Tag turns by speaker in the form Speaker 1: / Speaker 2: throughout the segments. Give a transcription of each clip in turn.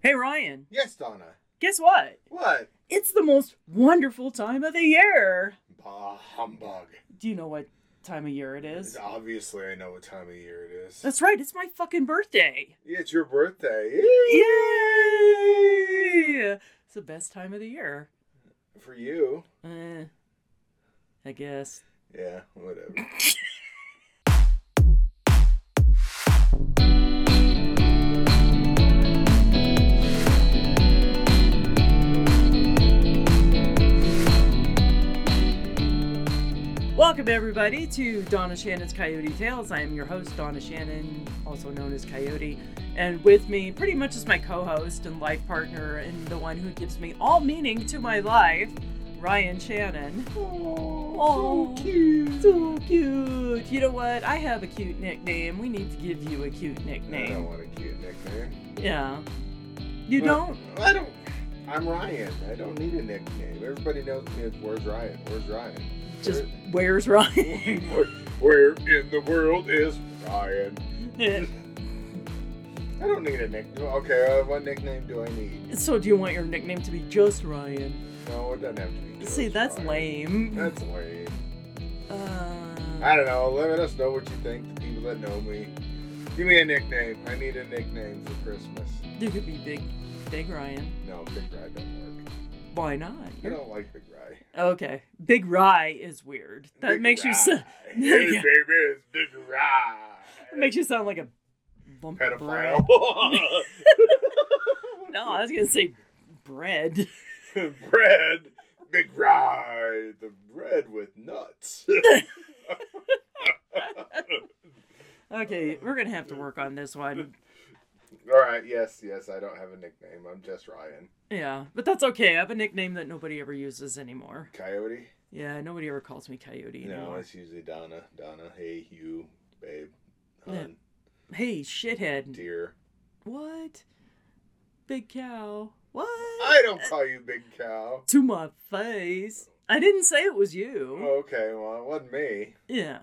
Speaker 1: Hey Ryan,
Speaker 2: Yes, Donna.
Speaker 1: guess what?
Speaker 2: What?
Speaker 1: It's the most wonderful time of the year.
Speaker 2: Bah humbug.
Speaker 1: Do you know what time of year it is?
Speaker 2: Obviously, I know what time of year it is.
Speaker 1: That's right, it's my fucking birthday.
Speaker 2: Yeah, it's your birthday.
Speaker 1: Yay! It's the best time of the year.
Speaker 2: For you.
Speaker 1: Eh, I guess.
Speaker 2: Yeah, whatever.
Speaker 1: Welcome everybody to Donna Shannon's Coyote Tales. I am your host Donna Shannon, also known as Coyote, and with me pretty much is my co-host and life partner and the one who gives me all meaning to my life, Ryan Shannon.
Speaker 2: Oh,
Speaker 1: Aw.
Speaker 2: so cute.
Speaker 1: So cute. You know what? I have a cute nickname. We need to give you a cute
Speaker 2: I don't
Speaker 1: nickname.
Speaker 2: want a cute nickname.
Speaker 1: Yeah. You
Speaker 2: Well,
Speaker 1: don't?
Speaker 2: I don't. I'm Ryan. I don't need a nickname. Everybody knows me as Where's Ryan? Where's Ryan? uh,
Speaker 1: Just where's Ryan?
Speaker 2: where, where in the world is Ryan? I don't need a nickname. Okay, uh, what nickname do I need?
Speaker 1: so do you want your nickname to be just Ryan?
Speaker 2: No, it doesn't have to be.
Speaker 1: See,
Speaker 2: just
Speaker 1: that's
Speaker 2: Ryan.
Speaker 1: lame.
Speaker 2: That's lame. I
Speaker 1: Uh,
Speaker 2: don't know. Let us know what you think. The people that know me, give me a nickname. I need a nickname for Christmas.
Speaker 1: you could be big, big Ryan.
Speaker 2: No, Big Rye don't work.
Speaker 1: Why not?
Speaker 2: I don't like Big Rye.
Speaker 1: Okay, Big Rye is weird. That
Speaker 2: Big
Speaker 1: makes you
Speaker 2: Rye.
Speaker 1: so-
Speaker 2: hey,
Speaker 1: Yeah.
Speaker 2: baby, it's Big Rye.
Speaker 1: that makes you sound like a lump of bread.
Speaker 2: pedophile.
Speaker 1: No, I was gonna say bread.
Speaker 2: bread, Big Rye, the bread with nuts.
Speaker 1: Okay, we're gonna have to work on this one.
Speaker 2: All right. Yes. Yes. I don't have a nickname. I'm just Ryan
Speaker 1: Yeah, but that's okay. I have a nickname that nobody ever uses anymore.
Speaker 2: Coyote.
Speaker 1: Yeah, nobody ever calls me Coyote
Speaker 2: No,
Speaker 1: anymore.
Speaker 2: it's usually Donna. Donna. Hey, you, babe.
Speaker 1: Yeah. Mm.
Speaker 2: Hun,
Speaker 1: Hey, shithead.
Speaker 2: dear.
Speaker 1: What? Big cow. What?
Speaker 2: I don't call you Big Cow.
Speaker 1: To my face. I didn't say it was you.
Speaker 2: Okay, well, it wasn't me.
Speaker 1: Yeah.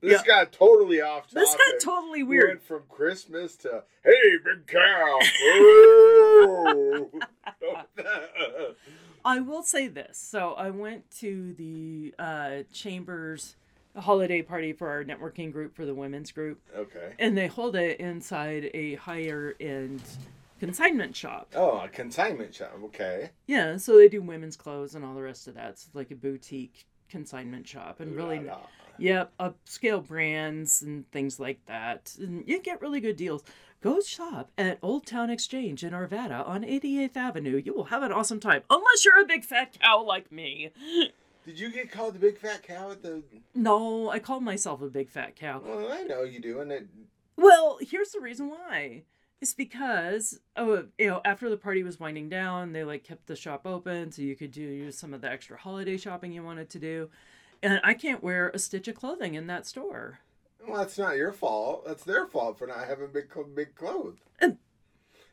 Speaker 2: This got totally off topic.
Speaker 1: This got totally
Speaker 2: We
Speaker 1: weird.
Speaker 2: Went from Christmas to Hey, Big Cow. Whoa.
Speaker 1: I will say this. So I went to the uh, Chambers holiday party for our networking group for the women's group,
Speaker 2: okay.
Speaker 1: and they hold it inside a higher end consignment shop.
Speaker 2: Oh, a consignment shop. Okay.
Speaker 1: Yeah, so they do women's clothes and all the rest of that. It's like a boutique consignment shop, and really,
Speaker 2: La, la.
Speaker 1: yep, upscale brands and things like that. And you get really good deals. Go shop at Old Town Exchange in Arvada on 88th Avenue. You will have an awesome time, unless you're a big fat cow like me.
Speaker 2: Did you get called the Big Fat Cow at the.
Speaker 1: No, I call myself a big fat cow.
Speaker 2: Well, I know you do, and it.
Speaker 1: Well, here's the reason why. It's because oh, you know, after the party was winding down, they like kept the shop open so you could do some of the extra holiday shopping you wanted to do. And I can't wear a stitch of clothing in that store.
Speaker 2: Well, that's not your fault. That's their fault for not having big, cl- big clothes.
Speaker 1: And-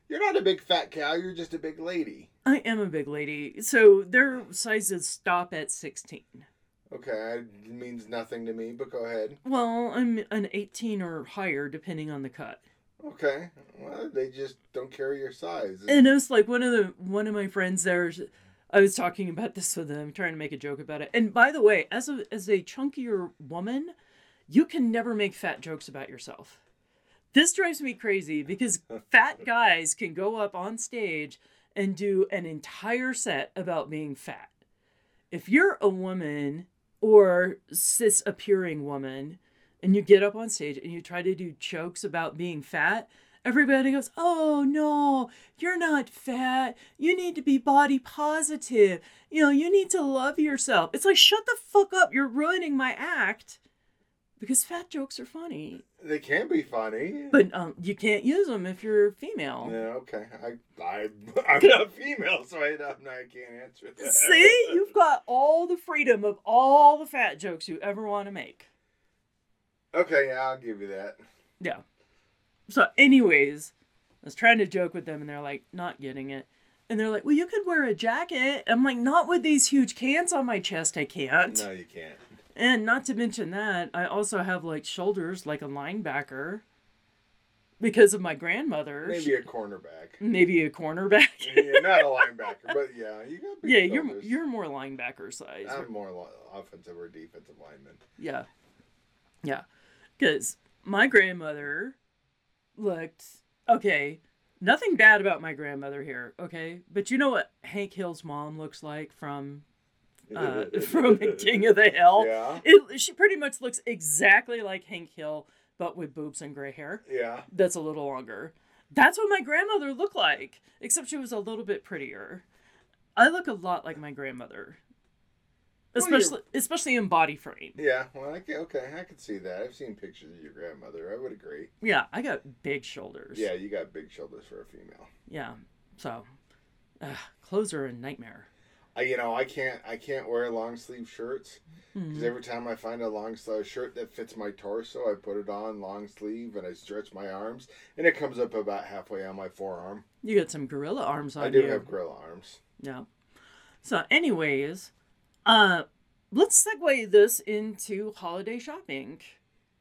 Speaker 2: You're not a big fat cow. You're just a big lady.
Speaker 1: I am a big lady, so their sizes stop at 16.
Speaker 2: Okay, it means nothing to me, but go ahead.
Speaker 1: Well, I'm an 18 or higher depending on the cut.
Speaker 2: Okay. Well, they just don't carry your size.
Speaker 1: and it was like one of the one of my friends there i was talking about this with them trying to make a joke about it and by the way as a as a chunkier woman you can never make fat jokes about yourself this drives me crazy because fat guys can go up on stage and do an entire set about being fat if you're a woman or cis appearing woman and you get up on stage and you try to do jokes about being fat everybody goes oh no you're not fat you need to be body positive you know you need to love yourself it's like shut the fuck up you're ruining my act because fat jokes are funny
Speaker 2: They can be funny.
Speaker 1: but um, you can't use them if you're female
Speaker 2: yeah, okay. I, I, I'm not female, so I, don't- I can't answer that.
Speaker 1: See, you've got all the freedom of all the fat jokes you ever want to make.
Speaker 2: Okay, yeah, I'll give you that.
Speaker 1: Yeah. So, anyways, I was trying to joke with them, and they're like, not getting it. And they're like, well, you could wear a jacket. I'm like, not with these huge cans on my chest, I can't.
Speaker 2: No, you can't.
Speaker 1: And not to mention that, I also have like shoulders like a linebacker. because of my grandmother.
Speaker 2: Maybe
Speaker 1: she-
Speaker 2: a cornerback.
Speaker 1: maybe a cornerback.
Speaker 2: yeah, not a linebacker, but yeah, you got big
Speaker 1: yeah, you're
Speaker 2: shoulders. Oh.
Speaker 1: you're more linebacker size.
Speaker 2: I'm more li- offensive or defensive lineman.
Speaker 1: Yeah. Yeah. Because my grandmother looked okay. Nothing bad about my grandmother here, okay? But you know what Hank Hill's mom looks like from uh, from King of the Hill?
Speaker 2: Yeah,
Speaker 1: It, she pretty much looks exactly like Hank Hill, but with boobs and gray hair.
Speaker 2: yeah.
Speaker 1: That's a little longer. That's what my grandmother looked like, except she was a little bit prettier. I look a lot like my grandmother,
Speaker 2: Well, you're-
Speaker 1: especially especially in body frame.
Speaker 2: Yeah, well, I can, okay, I can see that. I've seen pictures of your grandmother. I would agree.
Speaker 1: Yeah, I got big shoulders.
Speaker 2: Yeah, you got big shoulders for a female.
Speaker 1: Yeah. So, ugh, clothes are a nightmare.
Speaker 2: I, you know, I can't, I can't wear long sleeve shirts
Speaker 1: Hmm.
Speaker 2: because
Speaker 1: Mm-hmm.
Speaker 2: every time I find a long sleeve shirt that fits my torso, I put it on long sleeve and I stretch my arms, and it comes up about halfway on my forearm.
Speaker 1: You got some gorilla arms on
Speaker 2: I do
Speaker 1: you.
Speaker 2: have gorilla arms.
Speaker 1: Yeah. So, anyways, uh, let's segue this into holiday shopping.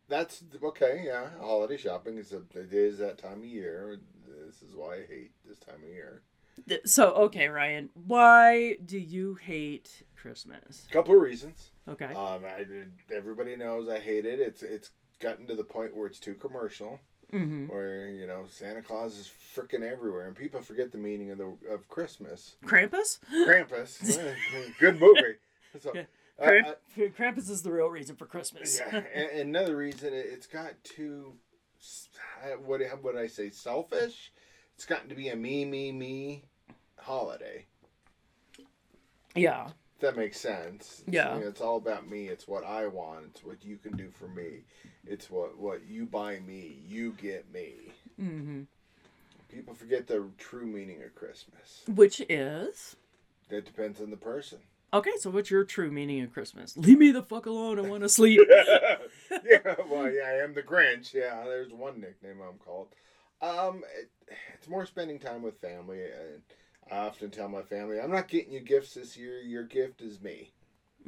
Speaker 2: That's okay. Yeah, holiday shopping is a, it is that time of year. This is why I hate this time of year.
Speaker 1: Th- So, okay, Ryan, why do you hate Christmas?
Speaker 2: couple of reasons.
Speaker 1: Okay.
Speaker 2: Um, I, everybody knows I hate it. It's it's gotten to the point where it's too commercial.
Speaker 1: Mm-hmm.
Speaker 2: Where you know Santa Claus is freaking everywhere, and people forget the meaning of the of Christmas.
Speaker 1: Krampus?
Speaker 2: Uh, Krampus, good movie. So,
Speaker 1: Yeah.
Speaker 2: uh,
Speaker 1: Kramp-
Speaker 2: uh,
Speaker 1: Krampus is the real reason for Christmas.
Speaker 2: yeah. And another reason it- it's got too s- I- what would I say selfish. It's gotten to be a me me me holiday.
Speaker 1: yeah.
Speaker 2: If that makes sense. It's-
Speaker 1: Yeah.
Speaker 2: you know, it's all about me. It's what I want. It's what you can do for me. It's what what you buy me. You get me.
Speaker 1: Mm-hmm.
Speaker 2: People forget the true meaning of Christmas.
Speaker 1: Which is.
Speaker 2: That depends on the person.
Speaker 1: Okay, so what's your true meaning of Christmas? Leave me the fuck alone. I want to sleep.
Speaker 2: yeah, well, yeah, I am the Grinch. Yeah, there's one nickname I'm called. Um, it, it's more spending time with family, and I often tell my family, "I'm not getting you gifts this year. Your gift is me,"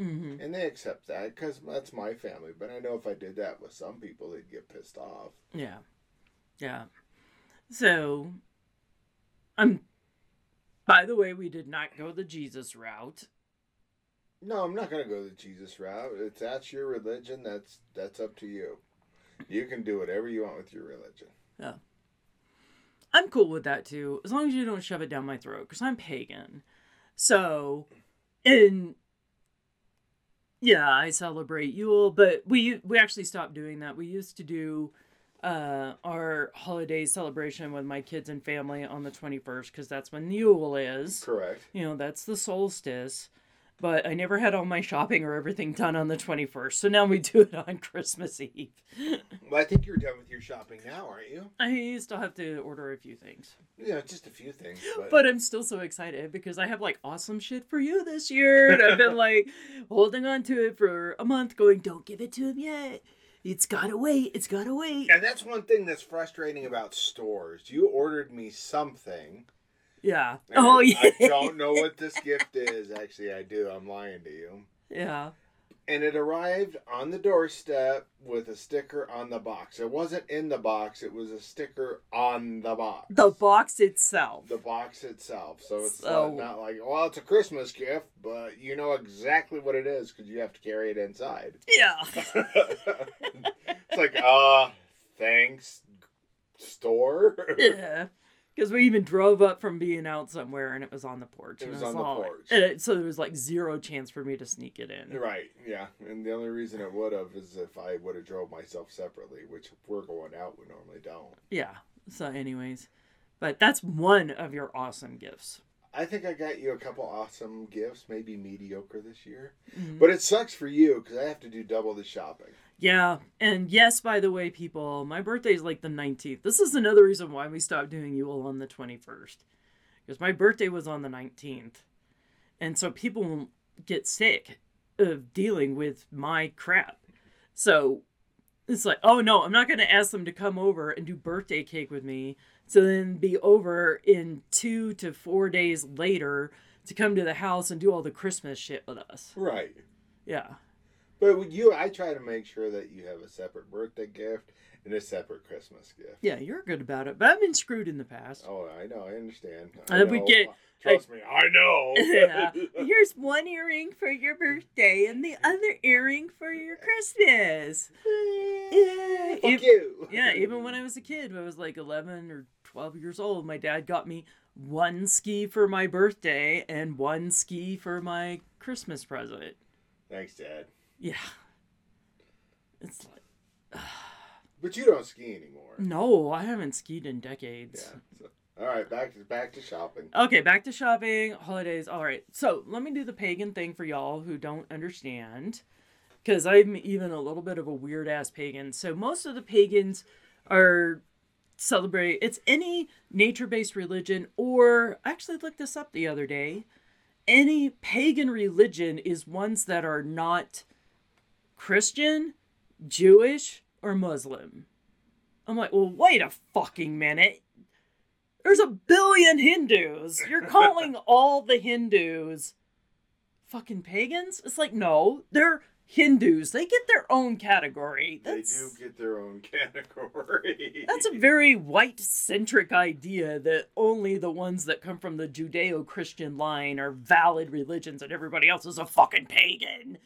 Speaker 1: mm-hmm.
Speaker 2: and they accept that because that's my family. But I know if I did that with some people, they'd get pissed off.
Speaker 1: Yeah. Yeah. So I'm by the way, we did not go the Jesus route.
Speaker 2: No, I'm not gonna go the Jesus route. If that's your religion, that's that's up to you. You can do whatever you want with your religion.
Speaker 1: I'm cool with that too, as long as you don't shove it down my throat, because I'm pagan. So and yeah, I celebrate Yule, but we we actually stopped doing that. We used to do uh, our holiday celebration with my kids and family on the 21st because that's when Yule is.
Speaker 2: Correct.
Speaker 1: you know that's the solstice but i never had all my shopping or everything done on the 21st so now we do it on christmas eve
Speaker 2: Well, I think you're done with your shopping now, aren't you?
Speaker 1: i still have to order a few things
Speaker 2: Yeah, just a few things. But,
Speaker 1: but i'm still so excited because i have like awesome shit for you this year and i've been like holding on to it for a month going don't give it to him yet it's gotta wait it's gotta wait
Speaker 2: and that's one thing that's frustrating about stores. You ordered me something.
Speaker 1: yeah
Speaker 2: and
Speaker 1: oh yeah
Speaker 2: I don't know what this gift is. Actually, I do. I'm lying to you.
Speaker 1: yeah
Speaker 2: And it arrived on the doorstep with a sticker on the box. It wasn't in the box. It was a sticker on the box.
Speaker 1: the box itself
Speaker 2: the box itself. So it's
Speaker 1: So-
Speaker 2: not, not like, well, it's a Christmas gift, but you know exactly what it is because you have to carry it inside.
Speaker 1: yeah
Speaker 2: it's like, uh, thanks, store.
Speaker 1: Yeah, because we even drove up from being out somewhere, and it was on the porch.
Speaker 2: It
Speaker 1: and
Speaker 2: was on the
Speaker 1: all-
Speaker 2: porch.
Speaker 1: and it- so there was like zero chance for me to sneak it in.
Speaker 2: right, yeah. And the only reason it would have is if I would have drove myself separately, which we're going out, we normally don't.
Speaker 1: Yeah. So, anyways, but that's one of your awesome gifts.
Speaker 2: I think I got you a couple awesome gifts, maybe mediocre this year.
Speaker 1: Mhm.
Speaker 2: But it sucks for you because I have to do double the shopping.
Speaker 1: Yeah, and yes, by the way, people, my birthday is like the nineteenth. This is another reason why we stopped doing Yule on the twenty-first, because my birthday was on the nineteenth, and so people get sick of dealing with my crap. So it's like, oh no, I'm not going to ask them to come over and do birthday cake with me. So then be over in two to four days later to come to the house and do all the Christmas shit with us.
Speaker 2: Right.
Speaker 1: Yeah.
Speaker 2: But with you, I try to make sure that you have a separate birthday gift in a separate Christmas gift.
Speaker 1: Yeah, you're good about it, but I've been screwed in the past.
Speaker 2: Oh, I know. I understand.
Speaker 1: I would
Speaker 2: know.
Speaker 1: get-
Speaker 2: Trust me, I know.
Speaker 1: Yeah. Here's one earring for your birthday and the other earring for your Christmas. Yeah.
Speaker 2: Fuck
Speaker 1: ev-
Speaker 2: you.
Speaker 1: yeah, even when I was a kid, when I was like 11 or 12 years old, my dad got me one ski for my birthday and one ski for my Christmas present.
Speaker 2: Thanks, Dad.
Speaker 1: Yeah. It's like,
Speaker 2: But you don't ski anymore.
Speaker 1: no, I haven't skied in decades.
Speaker 2: Yeah. so- all right, back to back to shopping.
Speaker 1: Okay, back to shopping, holidays. All right. So let me do the pagan thing for y'all who don't understand. Because I'm even a little bit of a weird ass pagan. So most of the pagans are celebrate it's any nature based religion or I actually looked this up the other day. Any pagan religion is ones that are not Christian, Jewish, or Muslim. I'm like, well, wait a fucking minute. There's a billion Hindus. You're calling all the Hindus fucking pagans? It's like, no, they're Hindus. They get their own category. That's,
Speaker 2: They do get their own category.
Speaker 1: that's a very white centric idea that only the ones that come from the Judeo Christian line are valid religions and everybody else is a fucking pagan.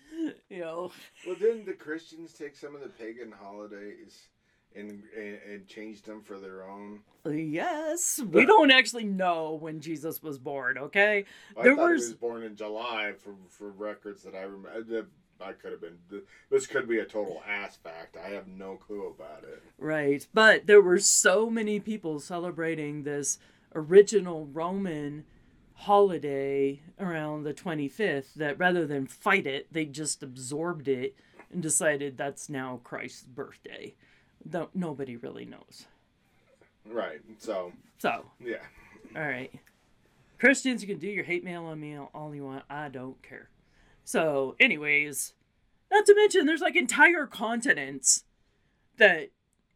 Speaker 1: You know?
Speaker 2: well, didn't the Christians take some of the pagan holidays and and, and change them for their own?
Speaker 1: Yes. We don't actually know when Jesus was born, okay?
Speaker 2: I
Speaker 1: There
Speaker 2: thought
Speaker 1: was-
Speaker 2: he was born in July for for records that I remember. I could have been. This could be a total ass fact. I have no clue about it.
Speaker 1: Right. But there were so many people celebrating this original Roman holiday around the 25th that rather than fight it, they just absorbed it and decided that's now Christ's birthday. Though nobody really knows.
Speaker 2: Right. So
Speaker 1: So,
Speaker 2: yeah.
Speaker 1: all right. Christians, you can do your hate mail on me all you want. I don't care. So, anyways, not to mention there's like entire continents that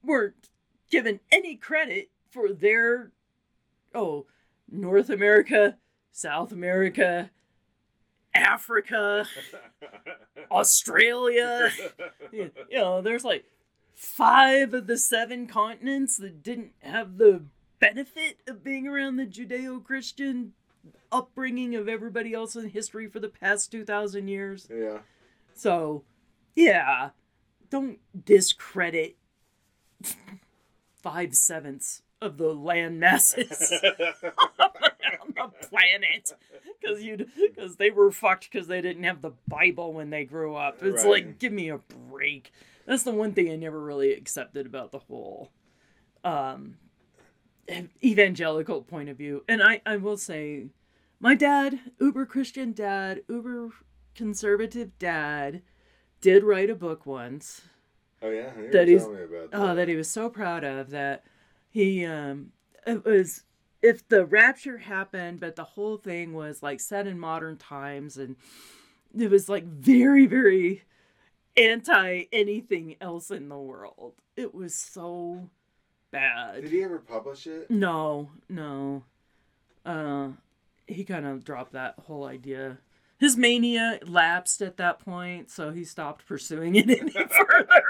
Speaker 1: weren't given any credit for their oh, North America, South America, Africa, Australia. you know, there's like five of the seven continents that didn't have the benefit of being around the Judeo Christian upbringing of everybody else in history for the past 2,000 years.
Speaker 2: yeah.
Speaker 1: So, yeah, don't discredit five sevenths of the land masses on the planet because you because they were fucked because they didn't have the Bible when they grew up. It's
Speaker 2: Right.
Speaker 1: like give me a break. That's the one thing I never really accepted about the whole um, evangelical point of view. And I I will say, my dad, uber Christian dad, uber conservative dad, did write a book once
Speaker 2: Oh yeah. You were
Speaker 1: That is-
Speaker 2: telling me about
Speaker 1: oh, that he was so proud of that he um it was if the rapture happened but the whole thing was like set in modern times and it was like very very anti anything else in the world it was so bad
Speaker 2: Did he ever publish it?
Speaker 1: no, no. Uh, he kind of dropped that whole idea. His mania lapsed at that point, so he stopped pursuing it any further.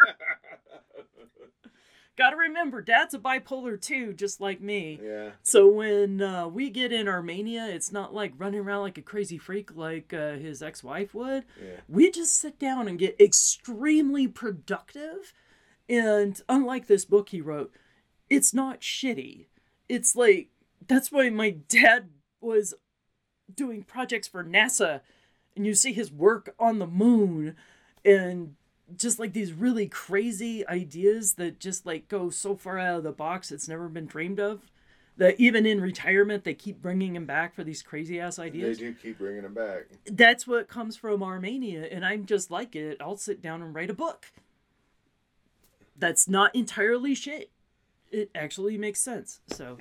Speaker 1: Gotta remember, Dad's a bipolar too, just like me.
Speaker 2: Yeah.
Speaker 1: So when uh, we get in our mania, it's not like running around like a crazy freak like uh, his ex wife would
Speaker 2: Yeah.
Speaker 1: we just sit down and get extremely productive. And unlike this book he wrote, it's not shitty. It's like, that's why my dad was doing projects for NASA, and you see his work on the moon, and just like these really crazy ideas that just like go so far out of the box it's never been dreamed of. That even in retirement, they keep bringing him back for these crazy ass
Speaker 2: They
Speaker 1: ideas
Speaker 2: do keep bringing him back.
Speaker 1: that's what comes from Armenia, and I'm just like it. I'll sit down and write a book. That's not entirely shit. It actually makes sense. So,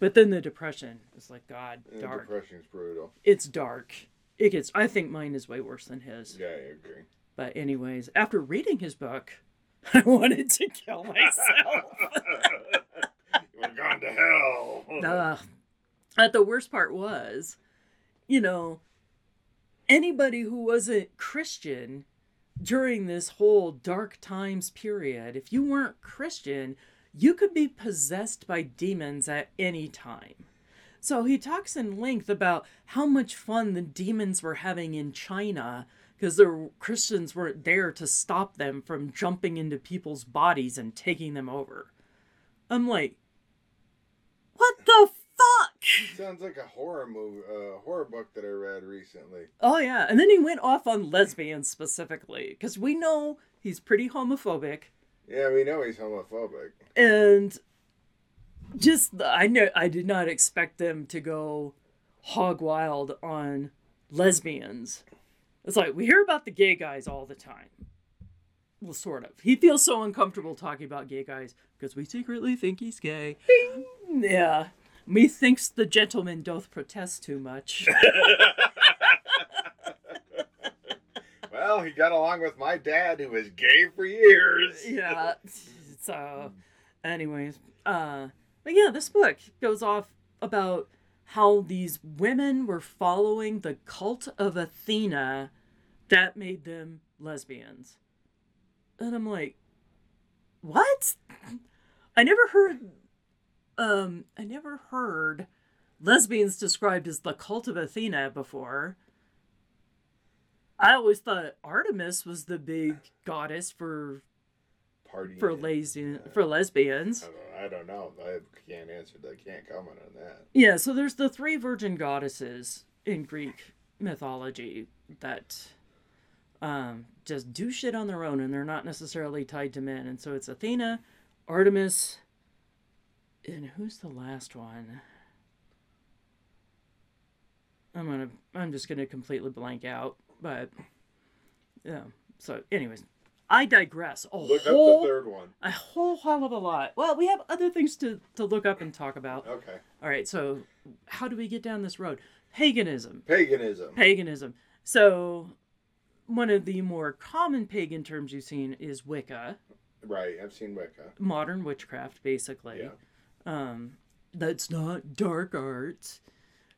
Speaker 1: but then the depression is like God,
Speaker 2: And
Speaker 1: dark.
Speaker 2: Depression's brutal.
Speaker 1: it's dark. It gets. I think mine is way worse than his.
Speaker 2: Yeah, I agree.
Speaker 1: But anyways, after reading his book, I wanted to kill myself.
Speaker 2: We're gone to hell.
Speaker 1: Duh. But the worst part was, you know, anybody who wasn't Christian during this whole dark times period, if you weren't Christian, you could be possessed by demons at any time. So he talks in length about how much fun the demons were having in China because the Christians weren't there to stop them from jumping into people's bodies and taking them over. I'm like, what the fuck?
Speaker 2: Sounds like a horror movie, uh, horror book that I read recently.
Speaker 1: Oh, yeah. And then he went off on lesbians specifically because we know he's pretty homophobic
Speaker 2: Yeah, we know he's homophobic.
Speaker 1: and just I know I did not expect them to go hog wild on lesbians. It's like we hear about the gay guys all the time. Well, sort of. He feels so uncomfortable talking about gay guys because we secretly think he's gay. Yeah. Methinks the gentleman doth protest too much.
Speaker 2: Well, he got along with my dad, who was gay for years.
Speaker 1: yeah. So, anyways, uh, but yeah, this book goes off about how these women were following the cult of Athena that made them lesbians. And I'm like, what? I never heard, um, I never heard lesbians described as the cult of Athena before. I always thought Artemis was the big goddess for
Speaker 2: Party
Speaker 1: for lazy
Speaker 2: Uh,
Speaker 1: for lesbians.
Speaker 2: I don't, I don't know. I can't answer that. I can't comment on that.
Speaker 1: Yeah, so there's the three virgin goddesses in Greek mythology that um, just do shit on their own, and they're not necessarily tied to men. And so it's Athena, Artemis, and who's the last one? I'm gonna. I'm just gonna completely blank out. But yeah. So, anyways, I digress. A
Speaker 2: Look up
Speaker 1: whole
Speaker 2: the third one.
Speaker 1: a whole hell of a lot. Well, we have other things to, to look up and talk about.
Speaker 2: Okay.
Speaker 1: All right, so how do we get down this road? Paganism.
Speaker 2: Paganism.
Speaker 1: Paganism. So, one of the more common pagan terms you've seen is Wicca,
Speaker 2: Right. I've seen Wicca.
Speaker 1: modern witchcraft, basically.
Speaker 2: Yeah.
Speaker 1: Um, that's not dark arts,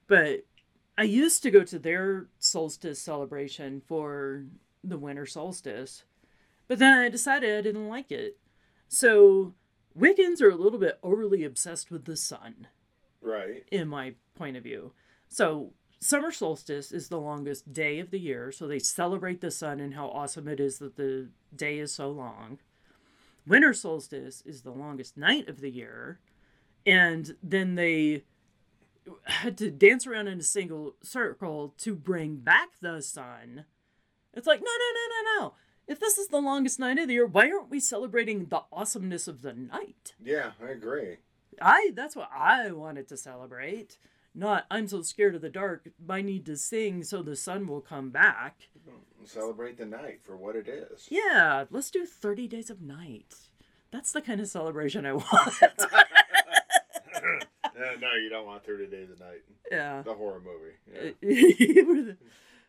Speaker 1: but I used to go to their solstice celebration for the winter solstice, but then I decided I didn't like it. So, Wiccans are a little bit overly obsessed with the sun
Speaker 2: Right.
Speaker 1: in my point of view. So summer solstice is the longest day of the year, so they celebrate the sun and how awesome it is that the day is so long. Winter solstice is the longest night of the year, and then they had to dance around in a single circle to bring back the sun. It's like, no, no, no, no, no. If this is the longest night of the year, why aren't we celebrating the awesomeness of the night?
Speaker 2: Yeah, I agree.
Speaker 1: I that's what I wanted to celebrate. Not I'm so scared of the dark. I need to sing so the sun will come back.
Speaker 2: Celebrate the night for what it is.
Speaker 1: Yeah, let's do 30 days of night. That's the kind of celebration I want.
Speaker 2: Uh, no, you don't want 30 Days a Night.
Speaker 1: yeah.
Speaker 2: The horror movie.
Speaker 1: Uh,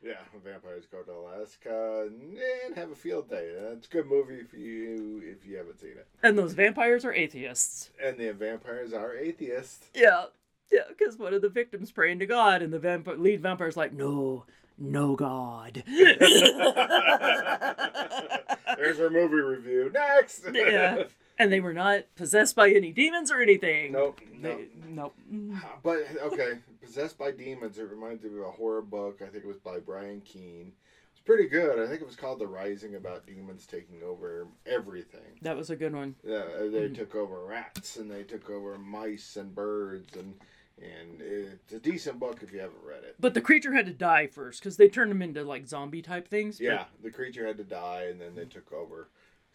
Speaker 2: Yeah. yeah, vampires go to Alaska and have a field day. That's a good movie if you if you haven't seen it.
Speaker 1: and those vampires are atheists.
Speaker 2: And the vampires are atheists.
Speaker 1: Yeah. Yeah, because one of the victims praying to God and the vampire lead vampire's like, "No, no God."
Speaker 2: There's our movie review. Next.
Speaker 1: yeah. And they were not possessed by any demons or anything.
Speaker 2: Nope. Nope.
Speaker 1: They, nope. Mm.
Speaker 2: But okay, possessed by demons. It reminds me of a horror book. I think it was by Brian Keene. It's pretty good. I think it was called The Rising, about demons taking over everything.
Speaker 1: That was a good one.
Speaker 2: Yeah, uh, they
Speaker 1: Hmm.
Speaker 2: took over rats and they took over mice and birds and and it's a decent book if you haven't read it.
Speaker 1: But the creature had to die first because they turned him into like zombie type things. but-
Speaker 2: Yeah, the creature had to die and then they took over.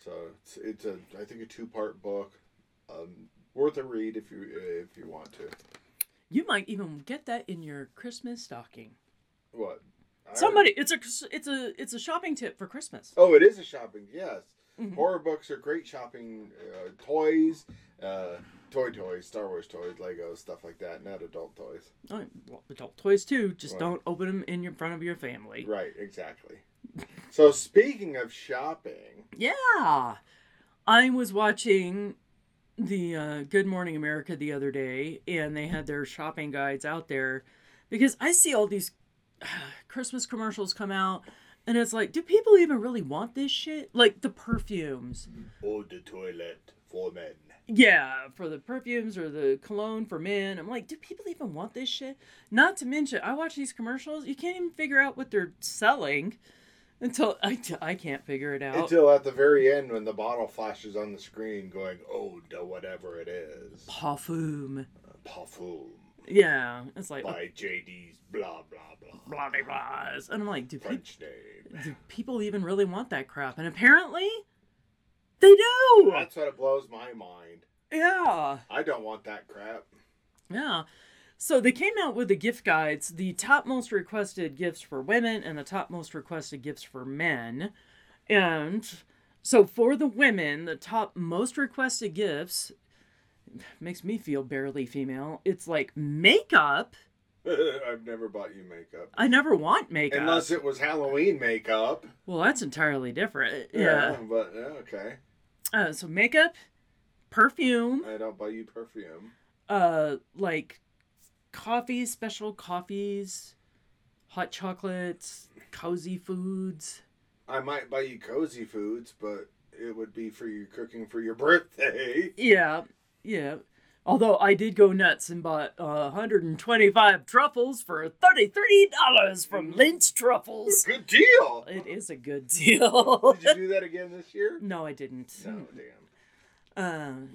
Speaker 2: So it's it's a I think a two part book, um, worth a read if you if you want to.
Speaker 1: you might even get that in your Christmas stocking.
Speaker 2: What? I-
Speaker 1: Somebody, it's a it's a it's a shopping tip for Christmas.
Speaker 2: Oh, it is a shopping. Yes,
Speaker 1: Mhm.
Speaker 2: horror books are great shopping. Uh, toys, uh, toy toys, Star Wars toys, Legos, stuff like that. Not adult toys.
Speaker 1: Oh, well, adult toys too. Just
Speaker 2: Right.
Speaker 1: don't open them in your front of your family.
Speaker 2: Right, exactly. So speaking of shopping,
Speaker 1: Yeah, I was watching the uh, Good Morning America the other day, and they had their shopping guides out there because I see all these Christmas commercials come out, And it's like, do people even really want this shit? Like the perfumes.
Speaker 2: Or the toilet for men.
Speaker 1: Yeah, for the perfumes or the cologne for men. I'm like, do people even want this shit? Not to mention, I watch these commercials. You can't even figure out what they're selling until I, I can't figure it out.
Speaker 2: Until at the very end when the bottle flashes on the screen going, oh, the whatever it is.
Speaker 1: Parfum.
Speaker 2: Parfum
Speaker 1: Yeah, it's like
Speaker 2: by JD's blah, blah, blah.
Speaker 1: blah blah blahs. And I'm like, do, peop
Speaker 2: French name.
Speaker 1: do people even really want that crap? And apparently, they do.
Speaker 2: That's what it blows my mind.
Speaker 1: Yeah.
Speaker 2: I don't want that crap.
Speaker 1: Yeah. So they came out with the gift guides, the top most requested gifts for women and the top most requested gifts for men. And so for the women, the top most requested gifts makes me feel barely female. It's like makeup.
Speaker 2: I've never bought you makeup.
Speaker 1: I never want makeup.
Speaker 2: Unless it was Halloween makeup.
Speaker 1: well, that's entirely different. Yeah.
Speaker 2: But yeah, okay.
Speaker 1: Uh, so makeup, perfume,
Speaker 2: I don't buy you perfume.
Speaker 1: uh, like coffee, special coffees, hot chocolates, cozy foods.
Speaker 2: I might buy you cozy foods, but it would be for you cooking for your birthday.
Speaker 1: Yeah, yeah. Although I did go nuts and bought uh, 125 truffles for $33 from Lynch Truffles.
Speaker 2: Good deal.
Speaker 1: It is a good deal.
Speaker 2: Did you do that again this year?
Speaker 1: no, I didn't.
Speaker 2: No, damn.
Speaker 1: Um,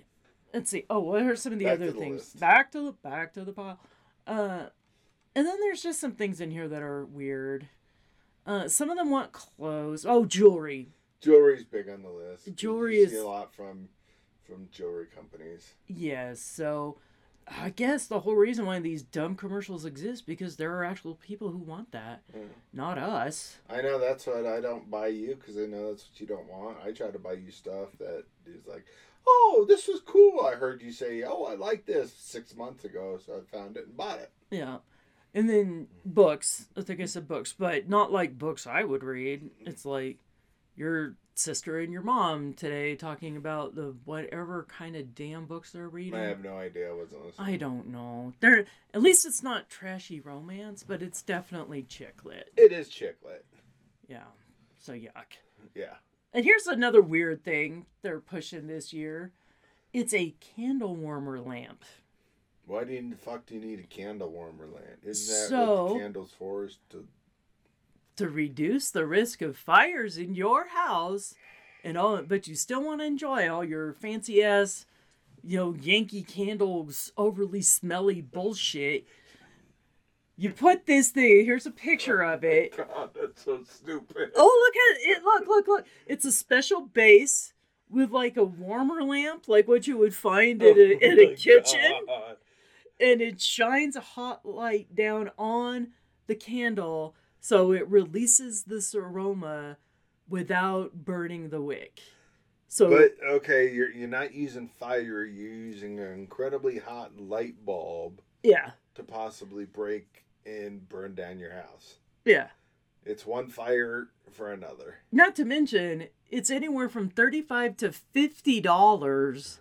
Speaker 1: let's see. Oh, what are some of the
Speaker 2: Back
Speaker 1: other
Speaker 2: to the
Speaker 1: things?
Speaker 2: list.
Speaker 1: Back to the back to the pile. Uh, and then there's just some things in here that are weird. Uh, some of them want clothes. Oh, jewelry.
Speaker 2: Jewelry's big on the list. You
Speaker 1: Jewelry
Speaker 2: see
Speaker 1: is-
Speaker 2: a lot from from jewelry companies.
Speaker 1: Yes. So, I guess the whole reason why these dumb commercials exist because there are actual people who want that,
Speaker 2: Yeah.
Speaker 1: not us.
Speaker 2: I know that's what I don't buy you because I know that's what you don't want. I try to buy you stuff that is like, oh, this was cool. I heard you say, oh, I like this six months ago, so I found it and bought it.
Speaker 1: Yeah. And then books. I think I said books, but not like books I would read. It's like your sister and your mom today talking about the whatever kind of damn books they're reading.
Speaker 2: I have no idea. I wasn't listening.
Speaker 1: I don't know. They're at least it's not trashy romance, but it's definitely chick lit.
Speaker 2: It is chiclet.
Speaker 1: Yeah. So yuck.
Speaker 2: Yeah.
Speaker 1: And here's another weird thing they're pushing this year. It's a candle warmer lamp.
Speaker 2: Why do you the fuck do you need a candle warmer lamp? Isn't that what
Speaker 1: So-
Speaker 2: the candles for? Is to
Speaker 1: to reduce the risk of fires in your house and all but you still want to enjoy all your fancy ass you know yankee candles overly smelly bullshit you put this thing here's a picture of it
Speaker 2: God, that's so stupid.
Speaker 1: oh look at it look look look it's a special base with like a warmer lamp like what you would find in a,
Speaker 2: Oh
Speaker 1: in a kitchen and it shines a hot light down on the candle so it releases this aroma without burning the wick so
Speaker 2: But okay, you're you're not using fire. You're using an incredibly hot light bulb
Speaker 1: yeah
Speaker 2: to possibly break and burn down your house.
Speaker 1: yeah
Speaker 2: It's one fire for another.
Speaker 1: not to mention it's anywhere from 35 to 50 dollars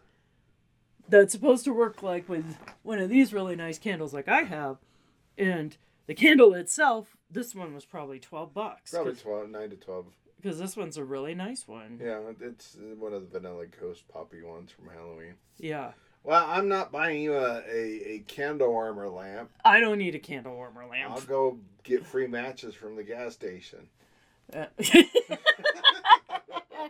Speaker 1: that's supposed to work like with one of these really nice candles like i have and the candle itself this one was probably 12 bucks
Speaker 2: Probably 12, 9 to 12.
Speaker 1: because this one's a really nice one
Speaker 2: Yeah, it's one of the vanilla ghost poppy ones from Halloween.
Speaker 1: yeah
Speaker 2: Well, I'm not buying you a, a, a candle warmer lamp.
Speaker 1: i don't need a candle warmer lamp
Speaker 2: I'll go get free matches from the gas station.
Speaker 1: Uh,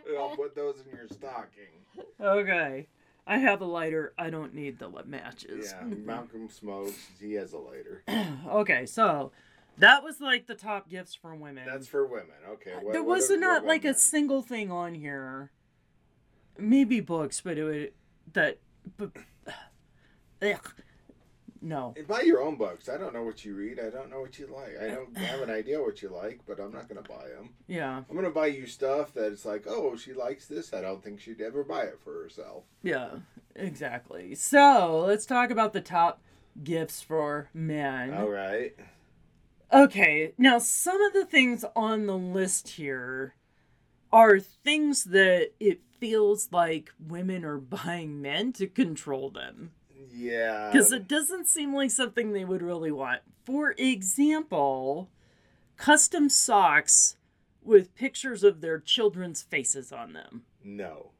Speaker 2: And I'll put those in your stocking.
Speaker 1: okay. I have a lighter. I don't need the li- matches.
Speaker 2: Yeah, Malcolm smokes. He has a lighter.
Speaker 1: okay, so that was like the top gifts from women.
Speaker 2: That's for women. Okay. what-
Speaker 1: Uh, there
Speaker 2: what
Speaker 1: was
Speaker 2: a-
Speaker 1: not
Speaker 2: what
Speaker 1: like a
Speaker 2: about
Speaker 1: single thing on here. Maybe books, but it would that. But, ugh, no.
Speaker 2: men? Buy your own books. I don't know what you read. I don't know what you like. I don't have an idea what you like, but I'm not going to buy them.
Speaker 1: Yeah.
Speaker 2: I'm gonna buy you stuff that it's like, oh, she likes this. I don't think she'd ever buy it for herself.
Speaker 1: Yeah. Exactly. So let's talk about the top gifts for men.
Speaker 2: All right.
Speaker 1: Okay, now some of the things on the list here are things that it feels like women are buying men to control them.
Speaker 2: Yeah.
Speaker 1: Because it doesn't seem like something they would really want. For example, custom socks with pictures of their children's faces on them.
Speaker 2: No.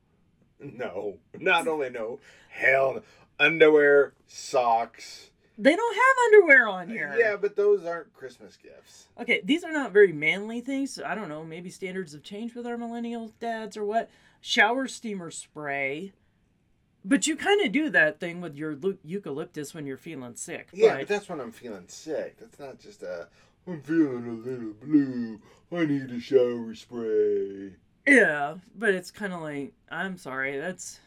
Speaker 2: No. Not only no. Hell no. Underwear, socks.
Speaker 1: They don't have underwear on here.
Speaker 2: Yeah, but those aren't Christmas gifts.
Speaker 1: Okay, these are not very manly things. I don't know. Maybe standards have changed with our millennial dads or what. Shower steamer spray. But you kind of do that thing with your lu- eucalyptus when you're feeling sick.
Speaker 2: Yeah,
Speaker 1: like-
Speaker 2: but that's when I'm feeling sick. That's not just a, I'm feeling a little blue. I need a shower spray.
Speaker 1: yeah, but it's kind of like, I'm sorry, that's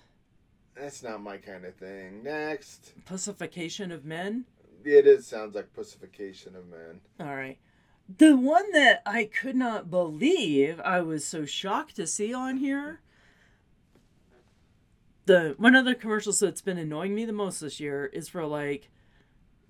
Speaker 2: That's not my kind of thing. Next.
Speaker 1: pussification of men.
Speaker 2: It is sounds like pussification of men.
Speaker 1: All right. The one that I could not believe I was so shocked to see on here. The one of the commercials that's been annoying me the most this year is for like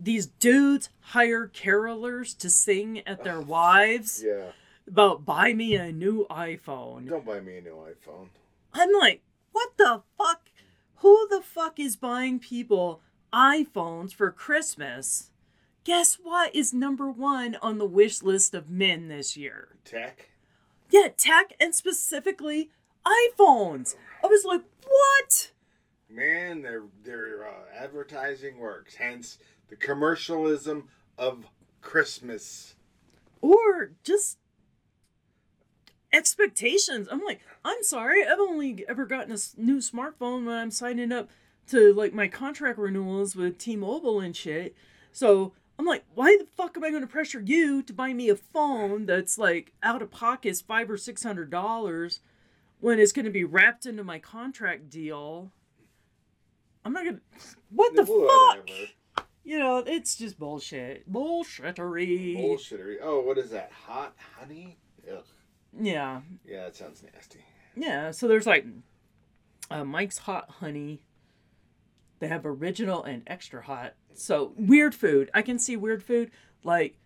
Speaker 1: these dudes hire carolers to sing at their wives
Speaker 2: Yeah.
Speaker 1: about buy me a new iPhone.
Speaker 2: Don't buy me a new iPhone.
Speaker 1: I'm like, what the fuck? Who the fuck is buying people iPhones for Christmas? Guess what is number one on the wish list of men this year?
Speaker 2: Tech?
Speaker 1: Yeah, tech and specifically iPhones. I was like, what?
Speaker 2: Man, their their uh, advertising works. Hence the commercialism of Christmas.
Speaker 1: Or just expectations. I'm like, I'm sorry, I've only ever gotten a s- new smartphone when I'm signing up to like my contract renewals with T-Mobile and shit. So I'm like, why the fuck am I going to pressure you to buy me a phone that's like out of pocket is five or six hundred dollars when it's going to be wrapped into my contract deal? I'm not gonna. What the fuck? You know, it's just bullshit. Bullshittery.
Speaker 2: Bullshittery. Oh, what is that? Hot honey? Ugh.
Speaker 1: yeah.
Speaker 2: Yeah, that sounds nasty.
Speaker 1: Yeah, so there's like uh, Mike's Hot Honey. They have original and extra hot. So weird food. I can see weird food. Like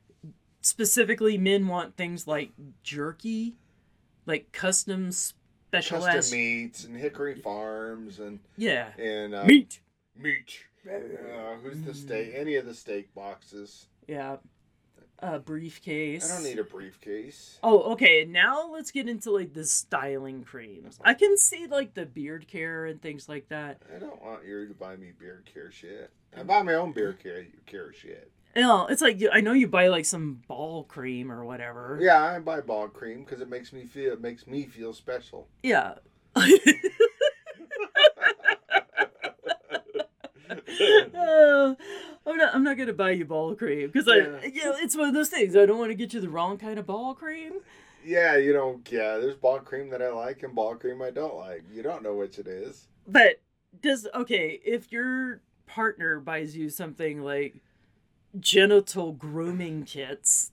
Speaker 1: specifically, men want things like jerky, like custom special
Speaker 2: Custom
Speaker 1: ass-
Speaker 2: meats and Hickory Farms and
Speaker 1: Yeah,
Speaker 2: and uh,
Speaker 1: meat.
Speaker 2: meat. Uh, who's the steak? Any of the steak boxes?
Speaker 1: Yeah, a
Speaker 2: I
Speaker 1: briefcase.
Speaker 2: don't need a briefcase.
Speaker 1: Oh, okay. Now let's get into like the styling creams. I can see like the beard care and things like that.
Speaker 2: I don't want you to buy me beer care shit. I buy my own beer care, care shit.
Speaker 1: No, it's like you- I know you buy like some ball cream or whatever.
Speaker 2: Yeah, I buy ball cream because it makes me feel it makes me feel special.
Speaker 1: Yeah. Oh, I'm not. I'm not gonna buy you ball cream because I.
Speaker 2: Yeah.
Speaker 1: You know, it's one of those things. I don't want to get you the wrong kind of ball cream.
Speaker 2: yeah, you don't. Yeah, there's ball cream that I like and ball cream I don't like. You don't know which it is.
Speaker 1: But does okay if your partner buys you something like genital grooming kits?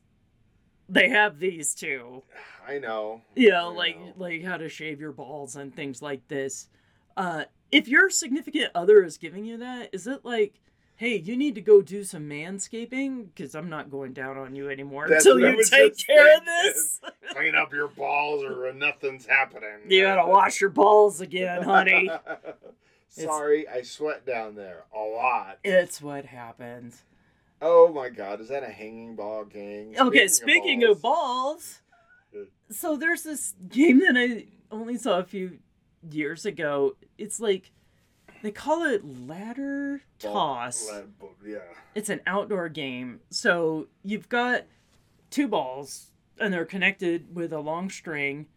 Speaker 1: They have these too.
Speaker 2: I know.
Speaker 1: you
Speaker 2: I
Speaker 1: know, like
Speaker 2: know.
Speaker 1: like how to shave your balls and things like this. Uh, if your significant other is giving you that, is it like, hey, you need to go do some manscaping because I'm not going down on you anymore
Speaker 2: That's
Speaker 1: until
Speaker 2: what I
Speaker 1: you
Speaker 2: was
Speaker 1: take
Speaker 2: just
Speaker 1: care of
Speaker 2: thinking.
Speaker 1: this.
Speaker 2: Clean up your balls or nothing's happening.
Speaker 1: you gotta wash your balls again, honey.
Speaker 2: Sorry, I sweat down there a lot.
Speaker 1: it's what happens.
Speaker 2: Oh my god, is that a hanging ball gang?
Speaker 1: Okay, speaking of balls, so there's this game that I only saw a few years ago. It's like they call it ladder
Speaker 2: Ball-
Speaker 1: toss.
Speaker 2: Lead ball- yeah.
Speaker 1: it's an outdoor game. So you've got two balls and they're connected with a long string.